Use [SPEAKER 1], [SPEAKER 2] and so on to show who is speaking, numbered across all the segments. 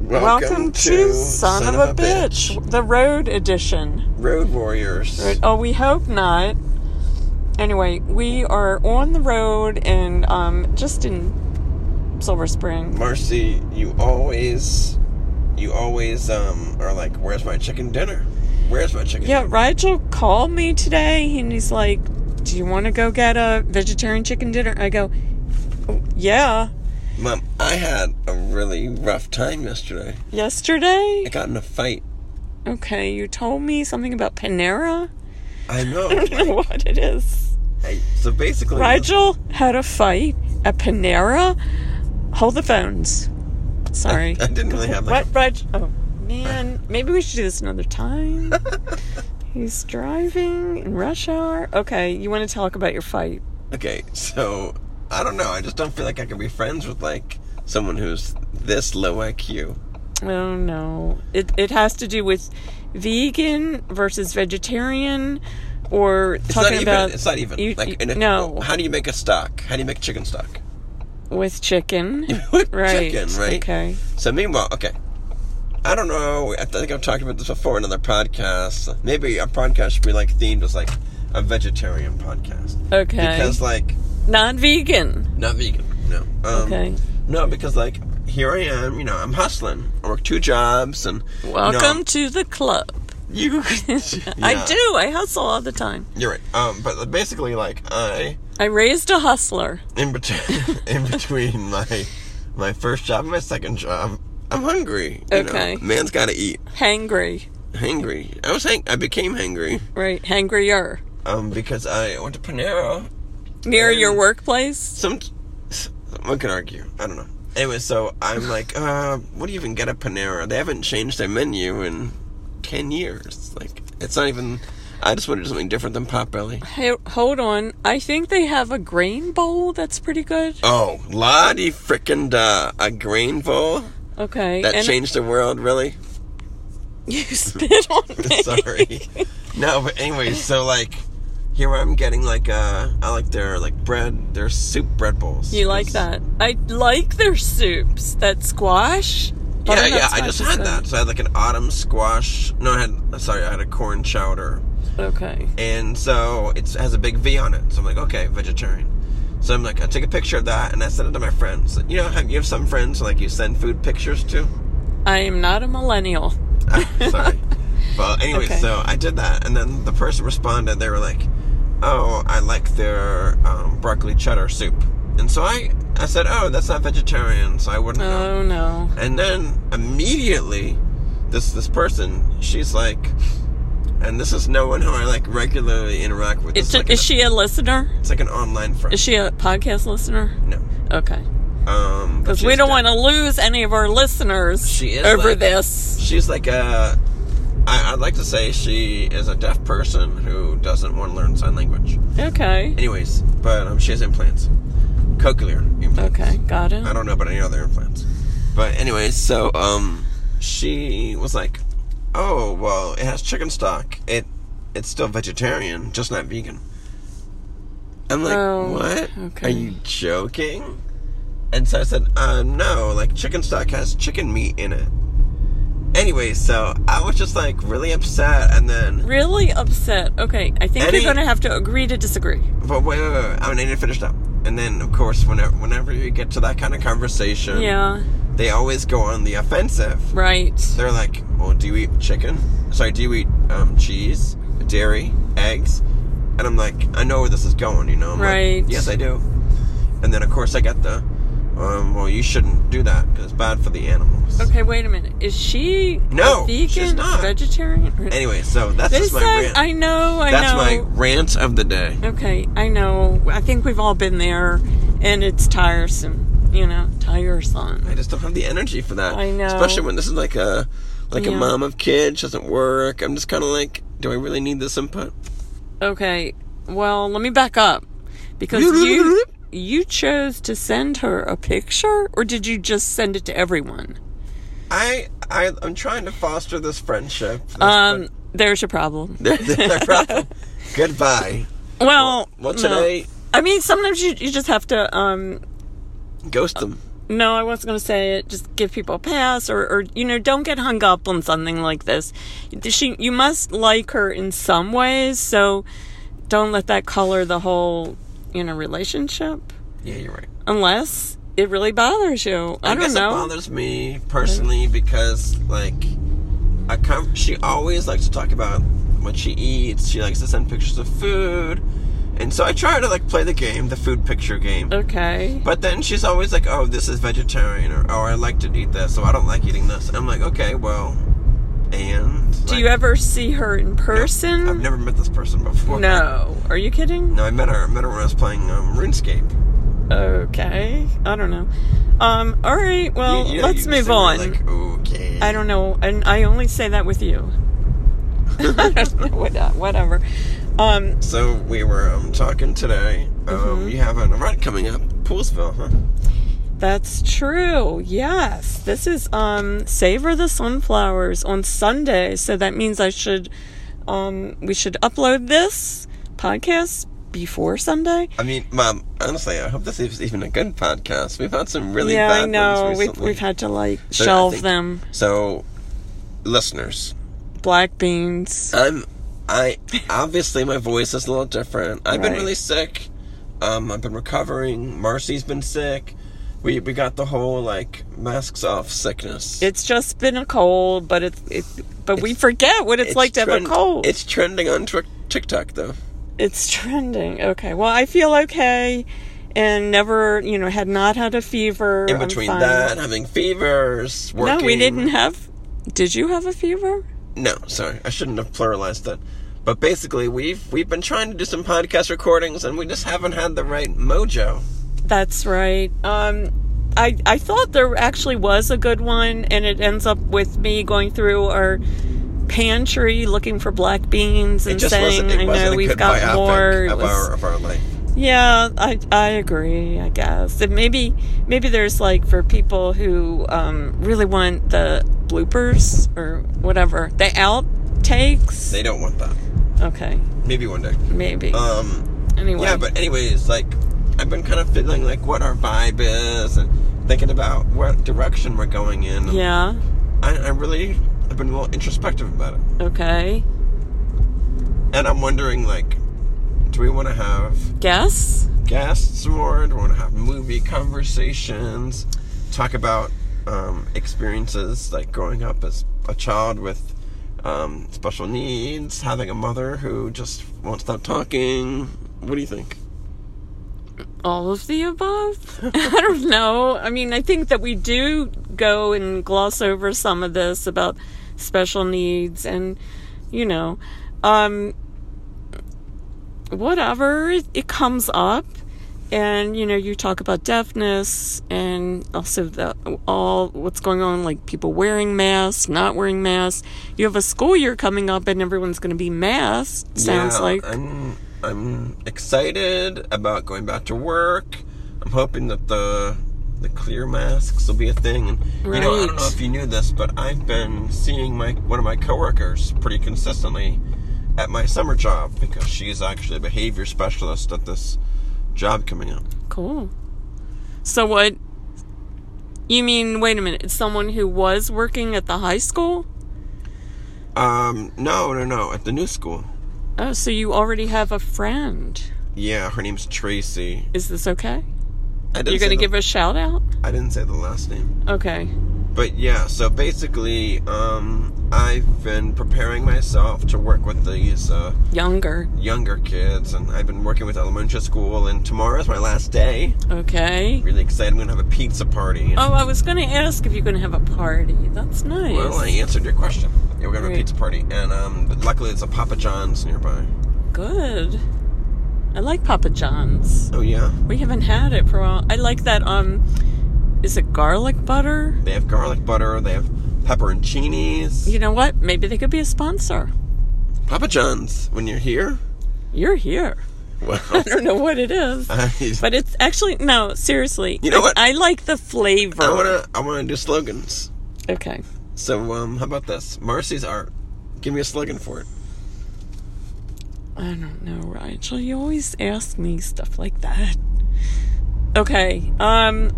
[SPEAKER 1] Welcome, to,
[SPEAKER 2] Son, of, a, bitch. the road edition.
[SPEAKER 1] Road Warriors.
[SPEAKER 2] Oh, we hope not. Anyway, we are on the road and um, just in Silver Spring.
[SPEAKER 1] Marcy, you always, you always um are like, where's my chicken dinner? Where's my chicken?
[SPEAKER 2] Yeah,
[SPEAKER 1] dinner?"
[SPEAKER 2] Rigel called me today and he's like, Do you want to go get a vegetarian chicken dinner? I go, "Oh, Yeah.
[SPEAKER 1] Mom, I had a really rough time yesterday.
[SPEAKER 2] Yesterday?
[SPEAKER 1] I got in a fight.
[SPEAKER 2] Okay, you told me something about Panera.
[SPEAKER 1] I
[SPEAKER 2] I
[SPEAKER 1] know.
[SPEAKER 2] don't know what it is.
[SPEAKER 1] I, so basically,
[SPEAKER 2] Rigel had a fight at Panera. Hold the phones. Sorry.
[SPEAKER 1] I didn't really have like
[SPEAKER 2] What, Rigel? Oh, man. Maybe we should do this another time. He's driving in rush hour. Okay, you want to talk about your fight?
[SPEAKER 1] Okay, so I don't know. I just don't feel like I can be friends with like someone who's this low IQ.
[SPEAKER 2] Oh, no. It, it has to do with vegan versus vegetarian or
[SPEAKER 1] It's
[SPEAKER 2] talking
[SPEAKER 1] not even.
[SPEAKER 2] about
[SPEAKER 1] it's not even.
[SPEAKER 2] you-
[SPEAKER 1] like,
[SPEAKER 2] you-
[SPEAKER 1] in a-
[SPEAKER 2] no,
[SPEAKER 1] How do you make a stock? How do you make chicken stock?
[SPEAKER 2] with chicken.
[SPEAKER 1] With
[SPEAKER 2] right.
[SPEAKER 1] Chicken, right?
[SPEAKER 2] Okay.
[SPEAKER 1] So meanwhile, okay. I don't know. I think I've talked about this before in other podcasts. Maybe a podcast should be like themed as like a vegetarian podcast
[SPEAKER 2] Okay.
[SPEAKER 1] because like
[SPEAKER 2] non vegan.
[SPEAKER 1] not vegan. No. Um,
[SPEAKER 2] Okay.
[SPEAKER 1] No, because like here I am. You know, I'm hustling. I work two jobs and you know,
[SPEAKER 2] Welcome to the club.
[SPEAKER 1] You,
[SPEAKER 2] I
[SPEAKER 1] Yeah.
[SPEAKER 2] do. I hustle all the time.
[SPEAKER 1] You're right. Um, but basically, like I
[SPEAKER 2] I raised a hustler.
[SPEAKER 1] in between in between my my first job and my second job, I'm hungry. You
[SPEAKER 2] Okay.
[SPEAKER 1] Know? Man's got to eat.
[SPEAKER 2] Hangry.
[SPEAKER 1] Hangry. I was hang. I became hangry.
[SPEAKER 2] Right. Hangrier.
[SPEAKER 1] Um, because I went to Panera.
[SPEAKER 2] Near
[SPEAKER 1] Um,
[SPEAKER 2] your workplace?
[SPEAKER 1] Some one could argue. I don't know. Anyway, so I'm like, uh, what do you even get at Panera? They haven't changed their menu in ten years. Like, it's not even. I just wanted something different than Potbelly.
[SPEAKER 2] Hey, hold on. I think they have a grain bowl that's pretty good.
[SPEAKER 1] Oh, la di frickin' da. A grain bowl?
[SPEAKER 2] Okay.
[SPEAKER 1] That
[SPEAKER 2] and
[SPEAKER 1] changed the world, really?
[SPEAKER 2] you spit on me.
[SPEAKER 1] Sorry. no, but anyway, so like here I'm getting like uh I like their like bread, their soup bread bowls.
[SPEAKER 2] You like
[SPEAKER 1] It's-
[SPEAKER 2] that? I like their soups. That squash.
[SPEAKER 1] Yeah,
[SPEAKER 2] Butternut
[SPEAKER 1] yeah, I
[SPEAKER 2] squash
[SPEAKER 1] just
[SPEAKER 2] is
[SPEAKER 1] had
[SPEAKER 2] good.
[SPEAKER 1] that. So I had like an autumn squash. No, I had sorry, I had a corn chowder.
[SPEAKER 2] Okay.
[SPEAKER 1] And so it's- it has a big V on it. So I'm like, okay, vegetarian. So I'm like, I take a picture of that and I send it to my friends. You know, have you have some friends like you send food pictures to?
[SPEAKER 2] I am not a millennial.
[SPEAKER 1] Oh, sorry. well, anyway,
[SPEAKER 2] Okay.
[SPEAKER 1] so I did that, and then the person responded. They were like, "Oh, I like their um, broccoli cheddar soup," and so I, I said, "Oh, that's not vegetarian," so I wouldn't um, know.
[SPEAKER 2] Oh, no.
[SPEAKER 1] And then immediately, this this person, she's like, and this is no one who I like regularly interact with. This
[SPEAKER 2] It's
[SPEAKER 1] is, like
[SPEAKER 2] is
[SPEAKER 1] an,
[SPEAKER 2] she a listener?
[SPEAKER 1] It's like an online friend.
[SPEAKER 2] Is she a podcast listener?
[SPEAKER 1] no.
[SPEAKER 2] Okay.
[SPEAKER 1] Um,
[SPEAKER 2] Because we don't want to lose any of our listeners
[SPEAKER 1] She is
[SPEAKER 2] over
[SPEAKER 1] like-
[SPEAKER 2] this.
[SPEAKER 1] She's like a. I, I'd like to say she is a deaf person who doesn't want to learn sign language.
[SPEAKER 2] Okay.
[SPEAKER 1] Anyways, but um, she has implants, cochlear implants.
[SPEAKER 2] Okay, got it.
[SPEAKER 1] I don't know about any other implants, but anyways, so um, she was like, "Oh well, it has chicken stock. It it's still vegetarian, just not vegan." I'm like,
[SPEAKER 2] Oh,
[SPEAKER 1] "What?
[SPEAKER 2] okay.
[SPEAKER 1] Are you joking?" And so I said, uh, "No, like chicken stock has chicken meat in it." Anyway, so I was just like really upset, and then
[SPEAKER 2] Really upset. Okay, I think
[SPEAKER 1] Any-
[SPEAKER 2] you're going to have to agree to disagree.
[SPEAKER 1] But wait, wait, wait. I mean, I need to finish up. And then, of course, whenever whenever you get to that kind of conversation,
[SPEAKER 2] Yeah,
[SPEAKER 1] they always go on the offensive.
[SPEAKER 2] right.
[SPEAKER 1] They're like, "Well, do you eat chicken? Sorry, do you eat um, cheese, dairy, eggs?" And I'm like, "I know where this is going, you know." I'm like,
[SPEAKER 2] Right.
[SPEAKER 1] yes, I do. And then, of course, I got the, um, "Well, you shouldn't do that because it's bad for the animals."
[SPEAKER 2] Okay, wait a minute. Is she a
[SPEAKER 1] No,
[SPEAKER 2] vegan,
[SPEAKER 1] she's not.
[SPEAKER 2] vegetarian?
[SPEAKER 1] Anyway, so that's
[SPEAKER 2] they
[SPEAKER 1] just my
[SPEAKER 2] said,
[SPEAKER 1] rant.
[SPEAKER 2] I know, I
[SPEAKER 1] that's my
[SPEAKER 2] know.
[SPEAKER 1] rant of the day.
[SPEAKER 2] Okay, I know. I think we've all been there, and it's tiresome. You know, tiresome.
[SPEAKER 1] I just don't have the energy for that.
[SPEAKER 2] I know.
[SPEAKER 1] Especially when this is like a like a
[SPEAKER 2] Yeah.
[SPEAKER 1] mom of kids, she doesn't work. I'm just kind of like, do I really need this input?
[SPEAKER 2] Okay, well, let me back up because you you chose to send her a picture, or did you just send it to everyone?
[SPEAKER 1] I, I I'm trying to foster this friendship. This
[SPEAKER 2] Um, there's your problem.
[SPEAKER 1] friend- problem. Goodbye.
[SPEAKER 2] Well,
[SPEAKER 1] Well,
[SPEAKER 2] no.
[SPEAKER 1] today,
[SPEAKER 2] I mean, sometimes you, you just have to um
[SPEAKER 1] ghost them.
[SPEAKER 2] No, I wasn't going to say it. Just give people a pass, or, or you know, don't get hung up on something like this. She, you must like her in some ways, so don't let that color the whole, you know, relationship.
[SPEAKER 1] Yeah, you're right.
[SPEAKER 2] Unless it really bothers you. I, don't
[SPEAKER 1] guess
[SPEAKER 2] know.
[SPEAKER 1] It bothers me personally because like I com- she always likes to talk about what she eats. She likes to send pictures of food. And so I try to like play the game, the food picture game.
[SPEAKER 2] okay.
[SPEAKER 1] But then she's always like, "Oh, this is vegetarian," or "Oh, I like to eat this, so I don't like eating this." I'm like, "Okay, well." And
[SPEAKER 2] Do you ever see her in person?
[SPEAKER 1] I've never met this person before.
[SPEAKER 2] No. Are you kidding?
[SPEAKER 1] No, I met her. I met her when I was playing um, RuneScape.
[SPEAKER 2] Okay. I don't know. Um. All right. Well,
[SPEAKER 1] You- you-
[SPEAKER 2] let's
[SPEAKER 1] you said
[SPEAKER 2] move
[SPEAKER 1] you were
[SPEAKER 2] on.
[SPEAKER 1] Like, okay.
[SPEAKER 2] I don't know, and I only say that with you. I don't know. What, uh, whatever. Um.
[SPEAKER 1] So we were um, talking today. Um,
[SPEAKER 2] Mm-hmm.
[SPEAKER 1] You have an event coming up, Poolsville, huh?
[SPEAKER 2] That's true. Yes. This is um Savor the Sunflowers on Sunday. So that means I should um we should upload this podcast before Sunday.
[SPEAKER 1] I mean, Mom, honestly, I hope this is even a good podcast. We've had some really
[SPEAKER 2] yeah,
[SPEAKER 1] bad
[SPEAKER 2] I know.
[SPEAKER 1] ones
[SPEAKER 2] We've
[SPEAKER 1] recently.
[SPEAKER 2] we've had to like
[SPEAKER 1] So I
[SPEAKER 2] shelve
[SPEAKER 1] think-
[SPEAKER 2] them.
[SPEAKER 1] So, listeners,
[SPEAKER 2] Black beans.
[SPEAKER 1] I'm, I obviously my voice is a little different. I've been
[SPEAKER 2] Right.
[SPEAKER 1] really sick. Um, I've been recovering. Marcy's been sick. We we got the whole like masks off sickness.
[SPEAKER 2] It's just been a cold, but it's it but we forget what it's,
[SPEAKER 1] It's
[SPEAKER 2] like to
[SPEAKER 1] trend-
[SPEAKER 2] have a cold.
[SPEAKER 1] It's trending on Twic- TikTok though.
[SPEAKER 2] It's trending. Okay. Well, I feel okay and never, you know, had not had a fever.
[SPEAKER 1] In
[SPEAKER 2] I'm
[SPEAKER 1] between
[SPEAKER 2] fine.
[SPEAKER 1] that, having fevers, working.
[SPEAKER 2] No, we didn't have. Did you have a fever?
[SPEAKER 1] No, sorry, I shouldn't have pluralized that. But basically, we've we've been trying to do some podcast recordings, and we just haven't had the right mojo.
[SPEAKER 2] That's right. Um, I I thought there actually was a good one, and it ends up with me going through our pantry looking for black beans and
[SPEAKER 1] It just
[SPEAKER 2] saying,
[SPEAKER 1] wasn't. It
[SPEAKER 2] "I
[SPEAKER 1] wasn't
[SPEAKER 2] know
[SPEAKER 1] a
[SPEAKER 2] we've
[SPEAKER 1] good
[SPEAKER 2] got
[SPEAKER 1] biopic
[SPEAKER 2] more." It
[SPEAKER 1] of
[SPEAKER 2] was-
[SPEAKER 1] our of our life.
[SPEAKER 2] Yeah, I I agree. I guess and maybe maybe there's like for people who um, really want the bloopers or whatever the outtakes.
[SPEAKER 1] They don't want that.
[SPEAKER 2] Okay,
[SPEAKER 1] Maybe one day.
[SPEAKER 2] maybe.
[SPEAKER 1] Um,
[SPEAKER 2] anyway,
[SPEAKER 1] yeah, but anyways, like I've been kind of feeling like what our vibe is, and thinking about what direction we're going in. and
[SPEAKER 2] yeah.
[SPEAKER 1] I, I really have been a little introspective about it.
[SPEAKER 2] Okay.
[SPEAKER 1] And I'm wondering, like, do we want to have
[SPEAKER 2] Guess.
[SPEAKER 1] guests more? Do we want to have movie conversations? Talk about um, experiences like growing up as a child with um, special needs, having a mother who just won't stop talking. What do you think?
[SPEAKER 2] all of the above. I don't know. I mean, I think that we do go and gloss over some of this about special needs and, you know, um, whatever it, it comes up. And you know, you talk about deafness and also the all what's going on, like people wearing masks, not wearing masks. You have a school year coming up, and everyone's going to be masked. Sounds
[SPEAKER 1] Yeah,
[SPEAKER 2] like
[SPEAKER 1] I'm I'm excited about going back to work. I'm hoping that the the clear masks will be a thing. And you know, I
[SPEAKER 2] Right.
[SPEAKER 1] don't know if you knew this, but I've been seeing my one of my coworkers pretty consistently at my summer job because she's actually a behavior specialist at this job coming up.
[SPEAKER 2] Cool. So what? You mean, wait a minute, it's someone who was working at the high school?
[SPEAKER 1] Um, no, no, no, at the new school.
[SPEAKER 2] Oh, so you already have a friend.
[SPEAKER 1] Yeah, her name's Tracy.
[SPEAKER 2] Is this okay?
[SPEAKER 1] I didn't
[SPEAKER 2] You're going
[SPEAKER 1] say
[SPEAKER 2] to
[SPEAKER 1] the,
[SPEAKER 2] give a shout out?
[SPEAKER 1] I didn't say the last name.
[SPEAKER 2] Okay.
[SPEAKER 1] But yeah, so basically, um, I've been preparing myself to work with these uh,
[SPEAKER 2] Younger.
[SPEAKER 1] younger kids, and I've been working with elementary school. And tomorrow's my last day.
[SPEAKER 2] Okay.
[SPEAKER 1] Really excited! I'm gonna have a pizza party.
[SPEAKER 2] Oh, I was going to ask if you're going to have a party. That's nice.
[SPEAKER 1] well, I answered your question. Yeah, we're gonna have a
[SPEAKER 2] Great.
[SPEAKER 1] pizza party, and um, luckily it's a Papa John's nearby.
[SPEAKER 2] Good. I like Papa John's.
[SPEAKER 1] Oh yeah,
[SPEAKER 2] We haven't had it for a while. I like that, um, is it garlic butter?
[SPEAKER 1] they have garlic butter. They have pepperoncinis.
[SPEAKER 2] You know what? Maybe they could be a sponsor.
[SPEAKER 1] Papa John's. When you're here,
[SPEAKER 2] You're here.
[SPEAKER 1] well,
[SPEAKER 2] I don't know what it is.
[SPEAKER 1] I,
[SPEAKER 2] But it's actually no, seriously.
[SPEAKER 1] You know
[SPEAKER 2] I-
[SPEAKER 1] what?
[SPEAKER 2] I, like the flavor.
[SPEAKER 1] I wanna, I wanna do slogans.
[SPEAKER 2] Okay.
[SPEAKER 1] So, um, how about this? Marcy's art. Give me a slogan for it.
[SPEAKER 2] I don't know, Rachel. You always ask me stuff like that. Okay. Um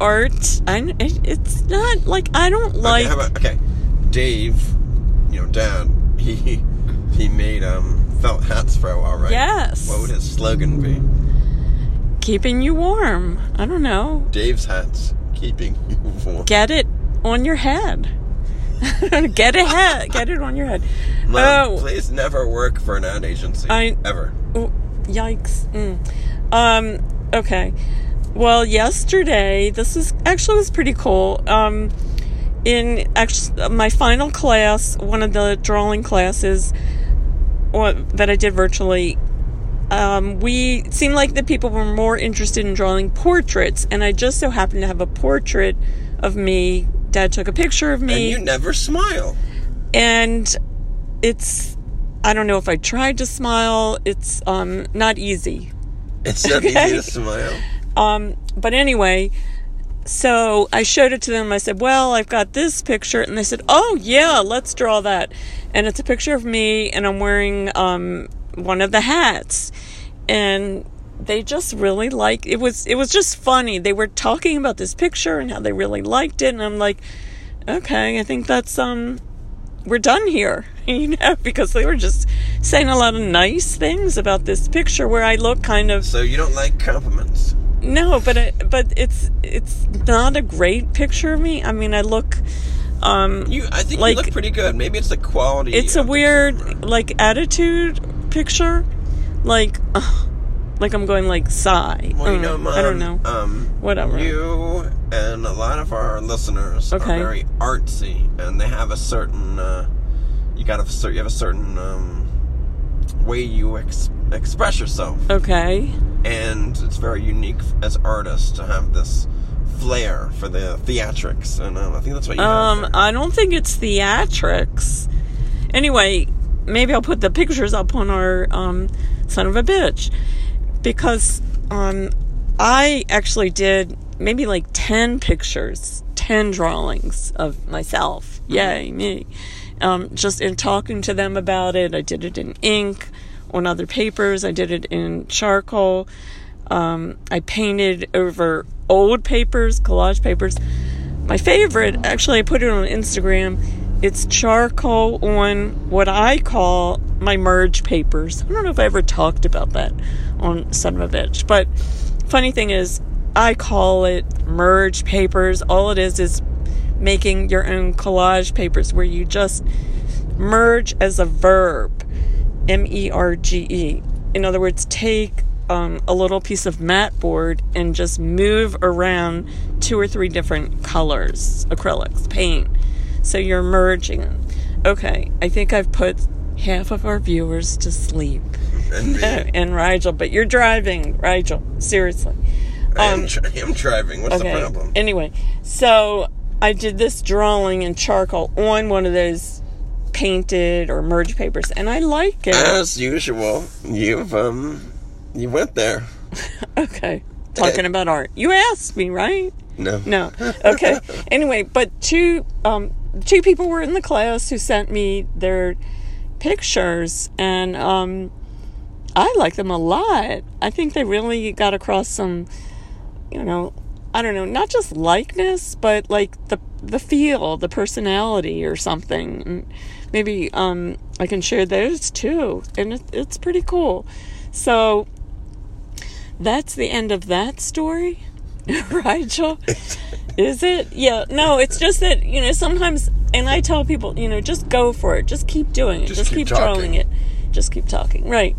[SPEAKER 2] art. I, it's not like I don't like.
[SPEAKER 1] okay, how about, okay, Dave, you know, Dad, he he made um felt hats for a while, right?
[SPEAKER 2] Yes.
[SPEAKER 1] What would his slogan be?
[SPEAKER 2] keeping you warm. I don't know.
[SPEAKER 1] Dave's hats keeping you warm.
[SPEAKER 2] Get it on your head. get it head. Get it on your head.
[SPEAKER 1] Mom,
[SPEAKER 2] oh,
[SPEAKER 1] please never work for an ad agency.
[SPEAKER 2] I-
[SPEAKER 1] ever.
[SPEAKER 2] Oh, yikes. Mm. Um, okay. Well, yesterday, this is actually was pretty cool. Um, in actually, my final class, one of the drawing classes uh, that I did virtually, um, we it seemed like the people were more interested in drawing portraits, and I just so happened to have a portrait of me. Dad took a picture of
[SPEAKER 1] And
[SPEAKER 2] me
[SPEAKER 1] you never smile.
[SPEAKER 2] and it's I don't know if I tried to smile. It's um not easy.
[SPEAKER 1] It's not
[SPEAKER 2] Okay.
[SPEAKER 1] easy to smile.
[SPEAKER 2] Um but anyway, so I showed it to them. I said, "Well, I've got this picture." And they said, "Oh, yeah, let's draw that." And it's a picture of me and I'm wearing um one of the hats. And they just really like it was it was just funny. They were talking about this picture and how they really liked it and I'm like, "Okay, I think that's um we're done here, you know, because they were just saying a lot of nice things about this picture where I look kind of
[SPEAKER 1] So you don't like compliments.
[SPEAKER 2] no, but it, but it's it's not a great picture of me. I mean, I look um
[SPEAKER 1] You, I think
[SPEAKER 2] Like-
[SPEAKER 1] you look pretty good. Maybe it's the quality.
[SPEAKER 2] it's a
[SPEAKER 1] of the camera.
[SPEAKER 2] weird like attitude picture. Like ugh, like I'm going like sigh.
[SPEAKER 1] Well, you
[SPEAKER 2] Mm,
[SPEAKER 1] know, Mom,
[SPEAKER 2] I don't know.
[SPEAKER 1] Um,
[SPEAKER 2] Whatever.
[SPEAKER 1] You and a lot of our listeners
[SPEAKER 2] Okay.
[SPEAKER 1] are very artsy, and they have a certain. Uh, you got to. You have a certain um, way you ex- express yourself,
[SPEAKER 2] Oh. okay.
[SPEAKER 1] and it's very unique as artists to have this flair for the theatrics, and um, I think that's what you. have
[SPEAKER 2] Um,
[SPEAKER 1] there.
[SPEAKER 2] I don't think it's theatrics. Anyway, maybe I'll put the pictures up on our um, son of a bitch because um, I actually did maybe like ten pictures, ten drawings of myself. Yay me! Um, just in talking to them about it, I did it in ink, on other papers. I did it in charcoal. Um, I painted over old papers, collage papers. My favorite, actually, I put it on Instagram. It's charcoal on what I call my merge papers. I don't know if I ever talked about that on Son of a Bitch, but funny thing is, I call it merge papers. All it is is making your own collage papers where you just merge as a verb M E R G E. In other words, take um, a little piece of mat board and just move around two or three different colors, acrylics, paint. So you're merging. Okay, I think I've put half of our viewers to sleep. Oh,
[SPEAKER 1] And me.
[SPEAKER 2] and Rigel, but you're driving, Rigel, seriously. um,
[SPEAKER 1] I am dri- I am driving. What's the problem?
[SPEAKER 2] Anyway, so I did this drawing in charcoal on one of those painted or merge papers, and I like it.
[SPEAKER 1] As usual, you've um, you went there.
[SPEAKER 2] okay, talking about art. You asked me, right?
[SPEAKER 1] No.
[SPEAKER 2] No. Okay. anyway, but two um, two people were in the class who sent me their pictures, and um, I like them a lot. I think they really got across some, you know, I don't know, not just likeness, but like the the feel, the personality, or something. And Maybe um, I can share those too, and it, it's pretty cool. So that's the end of that story, Rigel. Is it? Yeah. No, it's just that, you know, sometimes, and I tell people, you know, just go for it. Just keep doing it. Just,
[SPEAKER 1] Just keep
[SPEAKER 2] keep, drawing
[SPEAKER 1] talking.
[SPEAKER 2] it. Just keep talking. Right.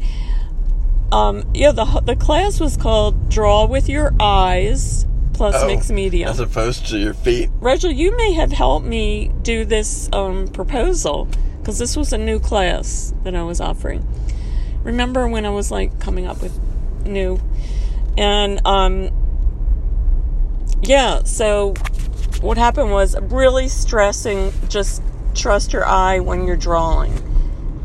[SPEAKER 2] Um, yeah, the, the class was called Draw with Your Eyes plus
[SPEAKER 1] Oh,
[SPEAKER 2] Mixed Media.
[SPEAKER 1] As opposed to your feet.
[SPEAKER 2] Rachel, you may have helped me do this um, proposal because this was a new class that I was offering. Remember when I was like coming up with new, and um, yeah. So what happened was really stressing. Just trust your eye when you're drawing,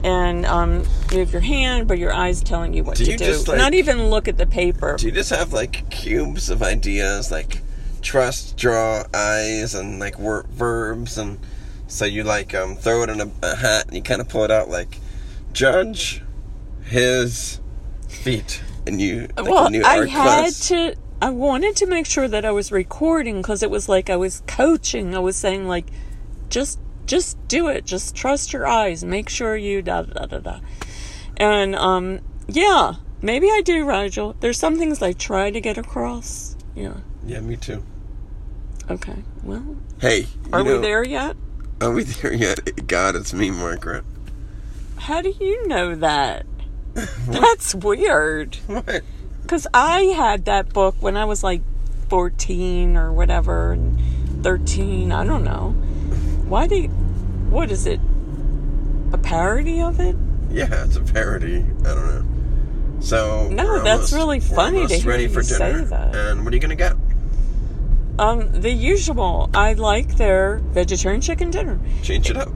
[SPEAKER 2] and um, move your hand, but your eyes telling you what
[SPEAKER 1] Do
[SPEAKER 2] to
[SPEAKER 1] you
[SPEAKER 2] do.
[SPEAKER 1] just, like-
[SPEAKER 2] Not even look at the paper.
[SPEAKER 1] Do you just have like cubes of ideas, like trust, draw, eyes, and like wor- verbs, and so you like um throw it in a, a hat and you kind of pull it out, like judge his feet, and you like,
[SPEAKER 2] well,
[SPEAKER 1] and you
[SPEAKER 2] I
[SPEAKER 1] are
[SPEAKER 2] had
[SPEAKER 1] close.
[SPEAKER 2] to. I wanted to make sure that I was recording because it was like I was coaching. I was saying like, just just do it. Just trust your eyes. Make sure you da da da da. And um, yeah, maybe I do, Rigel. There's some things I try to get across. Yeah.
[SPEAKER 1] Yeah, me too.
[SPEAKER 2] Okay. Well,
[SPEAKER 1] Hey, you
[SPEAKER 2] are
[SPEAKER 1] know-
[SPEAKER 2] we there yet?
[SPEAKER 1] Are we there yet? God, it's me, Margaret.
[SPEAKER 2] How do you know that? That's weird.
[SPEAKER 1] What?
[SPEAKER 2] Because I had that book when I was like 14 or whatever, and 13. I don't know. Why do you. What is it? A parody of it?
[SPEAKER 1] Yeah, it's a parody. I don't know. So
[SPEAKER 2] No,
[SPEAKER 1] we're almost-
[SPEAKER 2] that's really
[SPEAKER 1] we're
[SPEAKER 2] funny to
[SPEAKER 1] almost
[SPEAKER 2] hear
[SPEAKER 1] ready
[SPEAKER 2] you
[SPEAKER 1] for
[SPEAKER 2] say
[SPEAKER 1] dinner.
[SPEAKER 2] that.
[SPEAKER 1] And what are you gonna get?
[SPEAKER 2] Um, the usual. I like their vegetarian chicken dinner.
[SPEAKER 1] Change it up.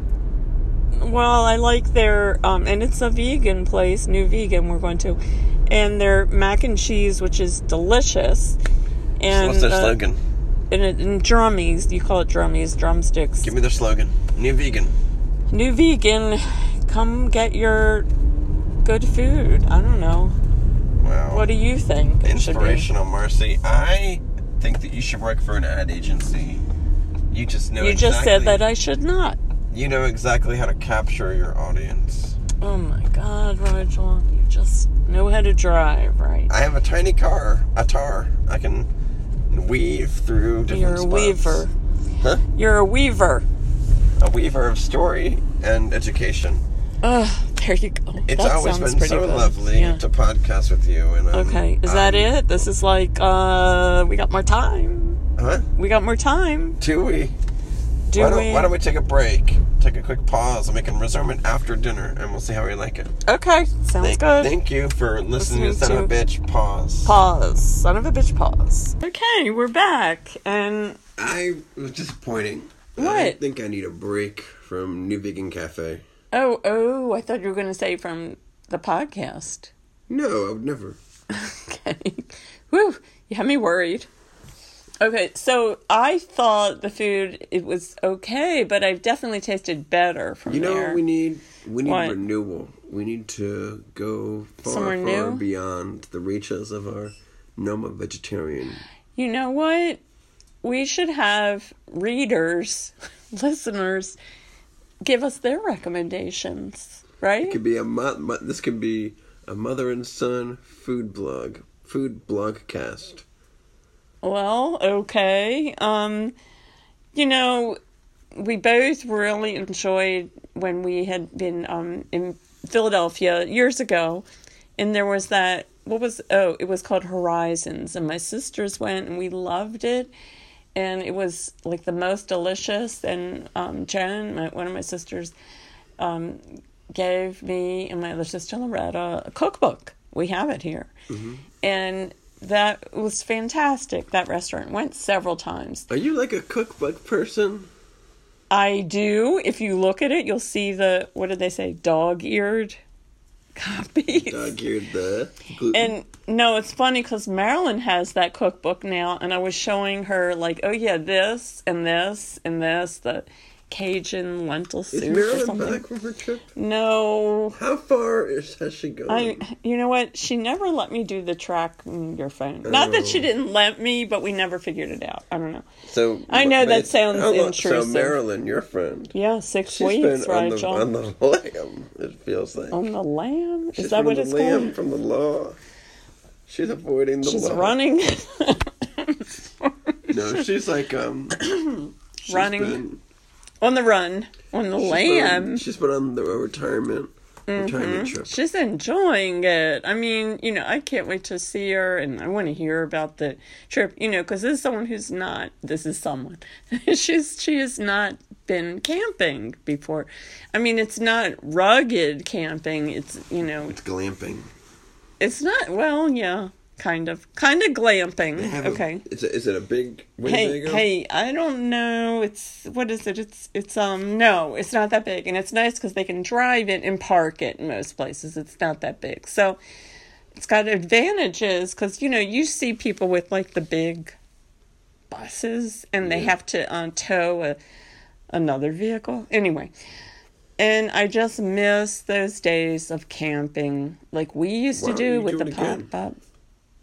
[SPEAKER 2] Well, I like their, um, and it's a vegan place, new vegan we're going to, and their mac and cheese, which is delicious. And
[SPEAKER 1] What's their
[SPEAKER 2] uh,
[SPEAKER 1] slogan?
[SPEAKER 2] and, it- and drummies. You call it drummies, drumsticks.
[SPEAKER 1] Give me their slogan. New vegan.
[SPEAKER 2] New vegan, come get your good food. I don't know.
[SPEAKER 1] Wow.
[SPEAKER 2] What do you think? it should be?
[SPEAKER 1] Inspirational, Marcy. I think that you should work for an ad agency. You just know.
[SPEAKER 2] You
[SPEAKER 1] exactly,
[SPEAKER 2] just said that I should not.
[SPEAKER 1] You know exactly how to capture your audience.
[SPEAKER 2] Oh my God, Rigel, you just know how to drive, right?
[SPEAKER 1] I have a tiny car, a tar. I can weave through different
[SPEAKER 2] You're a
[SPEAKER 1] spots.
[SPEAKER 2] weaver.
[SPEAKER 1] Huh?
[SPEAKER 2] You're a weaver.
[SPEAKER 1] A weaver of story and education.
[SPEAKER 2] Ugh, there you go.
[SPEAKER 1] It's
[SPEAKER 2] that
[SPEAKER 1] always
[SPEAKER 2] sounds
[SPEAKER 1] been
[SPEAKER 2] pretty
[SPEAKER 1] so
[SPEAKER 2] good.
[SPEAKER 1] lovely
[SPEAKER 2] Yeah.
[SPEAKER 1] to podcast with you. And um,
[SPEAKER 2] Okay, is that
[SPEAKER 1] um,
[SPEAKER 2] it? This is like, uh, we got more time.
[SPEAKER 1] Huh?
[SPEAKER 2] We got more time.
[SPEAKER 1] Do we?
[SPEAKER 2] Do
[SPEAKER 1] why, don't,
[SPEAKER 2] we?
[SPEAKER 1] why don't we take a break? Take a quick pause, and we can resume it after dinner, and we'll see how we like it.
[SPEAKER 2] Okay, sounds
[SPEAKER 1] Thank,
[SPEAKER 2] good.
[SPEAKER 1] thank you for listening to
[SPEAKER 2] Listening
[SPEAKER 1] Son of a
[SPEAKER 2] to-
[SPEAKER 1] Bitch. Pause.
[SPEAKER 2] Pause. Son of a bitch, pause. Okay, we're back. And
[SPEAKER 1] I was disappointing. I
[SPEAKER 2] What?
[SPEAKER 1] think I need a break from New Vegan Cafe.
[SPEAKER 2] oh, oh, I thought you were going to say from the podcast.
[SPEAKER 1] No, I would never.
[SPEAKER 2] Okay. Whew, you had me worried. Okay, so I thought the food it was okay, but I've definitely tasted better from
[SPEAKER 1] You know
[SPEAKER 2] there.
[SPEAKER 1] what we need? We need
[SPEAKER 2] What?
[SPEAKER 1] renewal. We need to go far,
[SPEAKER 2] Somewhere
[SPEAKER 1] far
[SPEAKER 2] new?
[SPEAKER 1] beyond the reaches of our Noma vegetarian.
[SPEAKER 2] You know what? We should have readers, listeners, give us their recommendations, right?
[SPEAKER 1] It could be a mo- mo- this could be a mother and son food blog, food blog cast.
[SPEAKER 2] Well, okay. Um, you know, we both really enjoyed when we had been um, in Philadelphia years ago, and there was that. What was oh, it was called Horizons, and my sisters went, and we loved it, and it was like the most delicious. And um, Jen, my, one of my sisters, um, gave me and my other sister Loretta a cookbook. We have it here. And that was fantastic. That restaurant went several times.
[SPEAKER 1] Are you like a cookbook person?
[SPEAKER 2] I do. If you look at it, you'll see the what did they say? Dog eared copies.
[SPEAKER 1] Dog eared the gluten.
[SPEAKER 2] And no, it's funny because Marilyn has that cookbook now, and I was showing her like, oh yeah, this and this and this, the Cajun lentil soup
[SPEAKER 1] is
[SPEAKER 2] or
[SPEAKER 1] Marilyn
[SPEAKER 2] something.
[SPEAKER 1] back from her trip?
[SPEAKER 2] No,
[SPEAKER 1] How far is has she gone?
[SPEAKER 2] I, you know what? She never let me do the track on your phone. Not that she
[SPEAKER 1] Oh.
[SPEAKER 2] didn't let me, but we never figured it out. I don't know.
[SPEAKER 1] so
[SPEAKER 2] I know
[SPEAKER 1] but-
[SPEAKER 2] that sounds
[SPEAKER 1] how long- So
[SPEAKER 2] intrusive.
[SPEAKER 1] Marilyn, your friend,
[SPEAKER 2] Yeah, 6
[SPEAKER 1] she's
[SPEAKER 2] weeks,
[SPEAKER 1] been on
[SPEAKER 2] right,
[SPEAKER 1] the
[SPEAKER 2] John?
[SPEAKER 1] on the lamb. It feels like
[SPEAKER 2] On the lamb? Is
[SPEAKER 1] She's
[SPEAKER 2] that
[SPEAKER 1] from
[SPEAKER 2] what
[SPEAKER 1] the
[SPEAKER 2] it's
[SPEAKER 1] lamb
[SPEAKER 2] called?
[SPEAKER 1] from the law. She's avoiding the
[SPEAKER 2] She's
[SPEAKER 1] law.
[SPEAKER 2] running.
[SPEAKER 1] No, she's like um she's
[SPEAKER 2] Running.
[SPEAKER 1] been-
[SPEAKER 2] on the run. On the
[SPEAKER 1] She's been-
[SPEAKER 2] lamb.
[SPEAKER 1] She's been on the retirement retirement trip.
[SPEAKER 2] She's enjoying it. I mean, you know, I can't wait to see her and I want to hear about the trip, you know, because this is someone who's not, this is someone. She's, she has not been camping before. I mean, it's not rugged camping. It's, you know,
[SPEAKER 1] Glamping.
[SPEAKER 2] it's not, well, yeah, kind of, kind of glamping.
[SPEAKER 1] Have a-
[SPEAKER 2] Okay.
[SPEAKER 1] It's a, is it a big? Where did they
[SPEAKER 2] Hey,
[SPEAKER 1] go?
[SPEAKER 2] hey, I don't know. It's what is it? It's it's um no, it's not that big, and it's nice because they can drive it and park it in most places. It's not that big, so it's got advantages because you know you see people with like the big buses, and they have to um, tow a, another vehicle anyway. And I just miss those days of camping, like we used
[SPEAKER 1] Why
[SPEAKER 2] to
[SPEAKER 1] don't
[SPEAKER 2] do
[SPEAKER 1] you
[SPEAKER 2] with
[SPEAKER 1] do
[SPEAKER 2] the
[SPEAKER 1] it again?
[SPEAKER 2] pop up.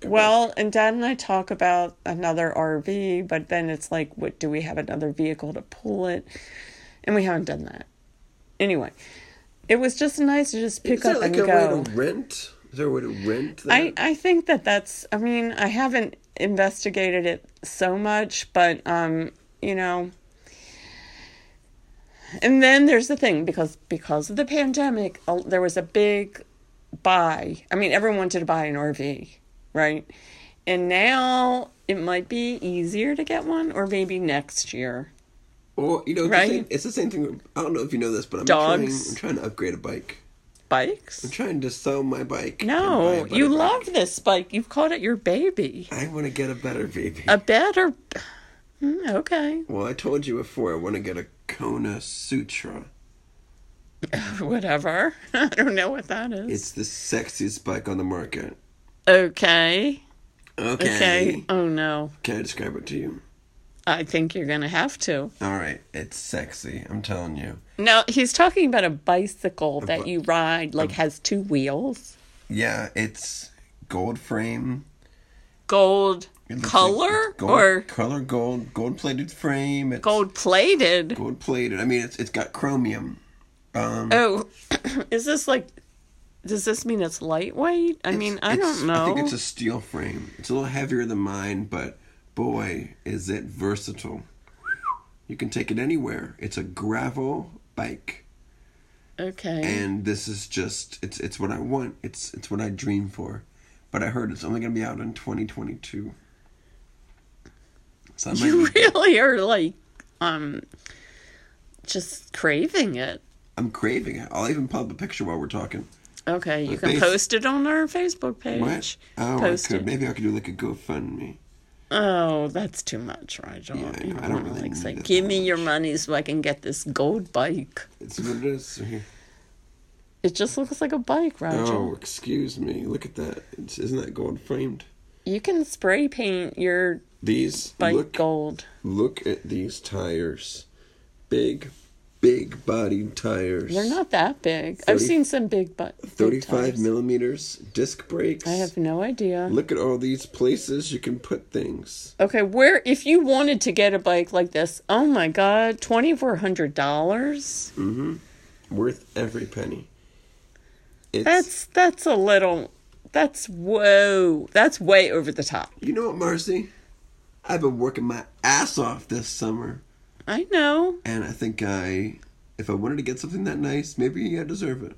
[SPEAKER 2] Well, and Dad and I talk about another RV, but then it's like, what do we have another vehicle to pull it? And we haven't done that. Anyway, it was just nice to just pick
[SPEAKER 1] Is
[SPEAKER 2] up
[SPEAKER 1] there like
[SPEAKER 2] and
[SPEAKER 1] a
[SPEAKER 2] go.
[SPEAKER 1] way to rent? Is there a way to rent? That?
[SPEAKER 2] I, I think that that's I mean I haven't investigated it so much but um you know and then there's the thing because because of the pandemic uh, there was a big buy I mean everyone wanted to buy an RV right and now it might be easier to get one or maybe next year
[SPEAKER 1] or you know, it's,
[SPEAKER 2] Right.
[SPEAKER 1] the same, it's the same thing. I don't know if you know this, but I'm trying. I'm
[SPEAKER 2] Dogs.
[SPEAKER 1] trying to upgrade a bike. I'm
[SPEAKER 2] bikes
[SPEAKER 1] trying to sell my bike. and buy a
[SPEAKER 2] no
[SPEAKER 1] better
[SPEAKER 2] you
[SPEAKER 1] bike.
[SPEAKER 2] love this bike you've called it your baby
[SPEAKER 1] I want to get a better baby.
[SPEAKER 2] a better Mm, okay
[SPEAKER 1] well, I told you before. I want to get a Kona Sutra.
[SPEAKER 2] whatever. I don't know what that is.
[SPEAKER 1] It's the sexiest bike on the market.
[SPEAKER 2] okay.
[SPEAKER 1] Okay.
[SPEAKER 2] Okay. Oh no.
[SPEAKER 1] Can I describe it to you?
[SPEAKER 2] I think you're gonna have to.
[SPEAKER 1] All right. It's sexy. I'm telling you.
[SPEAKER 2] Now he's talking about a bicycle that
[SPEAKER 1] bi-
[SPEAKER 2] you ride, like has two wheels,
[SPEAKER 1] Yeah, it's gold frame.
[SPEAKER 2] gold
[SPEAKER 1] It looks like
[SPEAKER 2] color
[SPEAKER 1] it's gold,
[SPEAKER 2] or
[SPEAKER 1] color gold, gold plated frame. It's
[SPEAKER 2] gold plated.
[SPEAKER 1] gold plated. I mean, it's it's got chromium. Um,
[SPEAKER 2] Oh, is this like? Does this mean it's lightweight? I mean, I
[SPEAKER 1] it's-
[SPEAKER 2] don't know.
[SPEAKER 1] I think it's a steel frame. It's a little heavier than mine, but boy, is it versatile. You can take it anywhere. It's a gravel bike,
[SPEAKER 2] okay.
[SPEAKER 1] and this is just it's it's what I want. It's it's what I dream for. But I heard it's only going to be out in 2022. So I might
[SPEAKER 2] You
[SPEAKER 1] be-
[SPEAKER 2] really are like, um, just craving it.
[SPEAKER 1] I'm craving it. I'll even pop a picture while we're talking.
[SPEAKER 2] Okay, you
[SPEAKER 1] But
[SPEAKER 2] can
[SPEAKER 1] basi-
[SPEAKER 2] post it on our Facebook page.
[SPEAKER 1] What? Oh,
[SPEAKER 2] Post
[SPEAKER 1] I could.
[SPEAKER 2] it.
[SPEAKER 1] Maybe I could do like a GoFundMe.
[SPEAKER 2] Oh, that's too much, Rigel.
[SPEAKER 1] Yeah, I
[SPEAKER 2] you
[SPEAKER 1] know. I
[SPEAKER 2] don't
[SPEAKER 1] don't
[SPEAKER 2] want to
[SPEAKER 1] really
[SPEAKER 2] like say,
[SPEAKER 1] need it
[SPEAKER 2] give
[SPEAKER 1] that
[SPEAKER 2] me your
[SPEAKER 1] much."
[SPEAKER 2] money so I can get this gold bike.
[SPEAKER 1] It's what it is. Here.
[SPEAKER 2] It just looks like a bike, Rigel.
[SPEAKER 1] Oh, excuse me. Look at that. It's, isn't that gold framed?
[SPEAKER 2] You can spray paint your
[SPEAKER 1] These
[SPEAKER 2] bike
[SPEAKER 1] look
[SPEAKER 2] gold.
[SPEAKER 1] look at these tires. Big, big bodied tires.
[SPEAKER 2] They're not that big. I've
[SPEAKER 1] 30
[SPEAKER 2] seen some big but big
[SPEAKER 1] thirty-five
[SPEAKER 2] tires.
[SPEAKER 1] millimeters disc brakes.
[SPEAKER 2] I have no idea.
[SPEAKER 1] Look at all these places you can put things.
[SPEAKER 2] Okay, where if you wanted to get a bike like this, oh my god, twenty four hundred dollars.
[SPEAKER 1] Worth every penny. It's,
[SPEAKER 2] That's that's a little. That's whoa. That's way over the top.
[SPEAKER 1] you know what, Marcy? I've been working my ass off this summer,
[SPEAKER 2] I know.
[SPEAKER 1] and I think I, if I wanted to get something that nice, maybe I deserve it.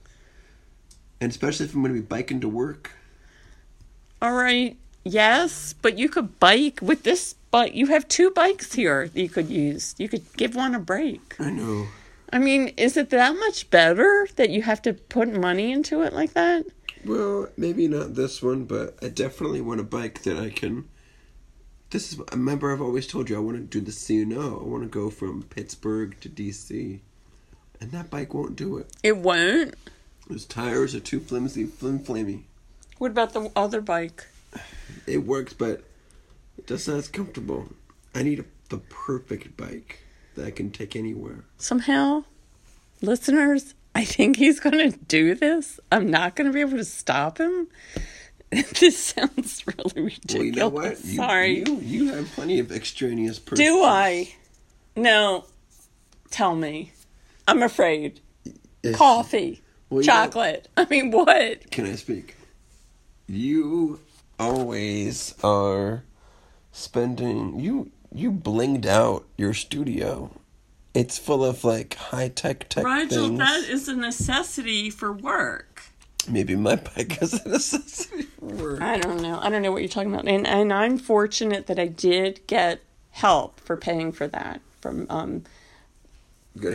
[SPEAKER 1] And especially if I'm going to be biking to work.
[SPEAKER 2] All right. Yes, but you could bike with this bike. You have two bikes here that you could use. You could give one a break.
[SPEAKER 1] I know.
[SPEAKER 2] I mean, is it that much better that you have to put money into it like that?
[SPEAKER 1] Well, maybe not this one, but I definitely want a bike that I can. This is. Remember, I've always told you I want to do the CNO. I want to go from Pittsburgh to DC, and that bike won't do it.
[SPEAKER 2] It won't.
[SPEAKER 1] Those tires are too flimsy, flim flammy.
[SPEAKER 2] What about the other bike?
[SPEAKER 1] It works, but it just not as comfortable. I need a, the perfect bike that I can take anywhere.
[SPEAKER 2] Somehow, listeners, I think he's going to do this. I'm not going to be able to stop him. this sounds really ridiculous.
[SPEAKER 1] Well, you know what? You,
[SPEAKER 2] Sorry.
[SPEAKER 1] You, you have plenty of extraneous. Pers-
[SPEAKER 2] Do I? No. Tell me. I'm afraid.
[SPEAKER 1] Yes.
[SPEAKER 2] Coffee.
[SPEAKER 1] Well, you know-
[SPEAKER 2] chocolate. I mean, what?
[SPEAKER 1] Can I speak? You always are spending you you blinged out your studio. It's full of like high tech tech things.
[SPEAKER 2] is a necessity for work.
[SPEAKER 1] Maybe my bike is a necessity for work.
[SPEAKER 2] I don't know. I don't know what you're talking about. And, and I'm fortunate that I did get help for paying for that from um,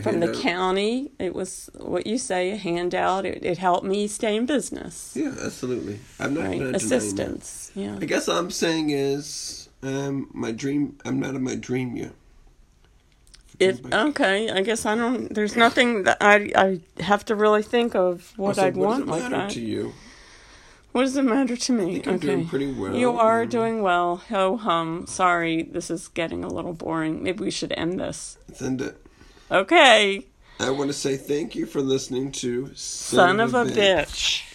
[SPEAKER 2] from
[SPEAKER 1] uh,
[SPEAKER 2] the county. It was what you say, a handout. It, it helped me stay in business.
[SPEAKER 1] Yeah, absolutely. I'm not
[SPEAKER 2] Right.
[SPEAKER 1] gonna assistant.
[SPEAKER 2] Assistance. Yeah.
[SPEAKER 1] I guess all I'm saying is um my dream I'm not in my dream yet.
[SPEAKER 2] If okay, I guess I don't. There's nothing that I I have to really think of what
[SPEAKER 1] Also,
[SPEAKER 2] I'd
[SPEAKER 1] what
[SPEAKER 2] want
[SPEAKER 1] does it
[SPEAKER 2] like
[SPEAKER 1] matter
[SPEAKER 2] that.
[SPEAKER 1] to you?
[SPEAKER 2] What does it matter to me?
[SPEAKER 1] think I'm doing pretty well, Mm-hmm.
[SPEAKER 2] You are
[SPEAKER 1] and-
[SPEAKER 2] doing well. Ho hum. Sorry, this is getting a little boring. Maybe we should end this.
[SPEAKER 1] Send it.
[SPEAKER 2] Okay,
[SPEAKER 1] I want to say thank you for listening to
[SPEAKER 2] son, of a bitch.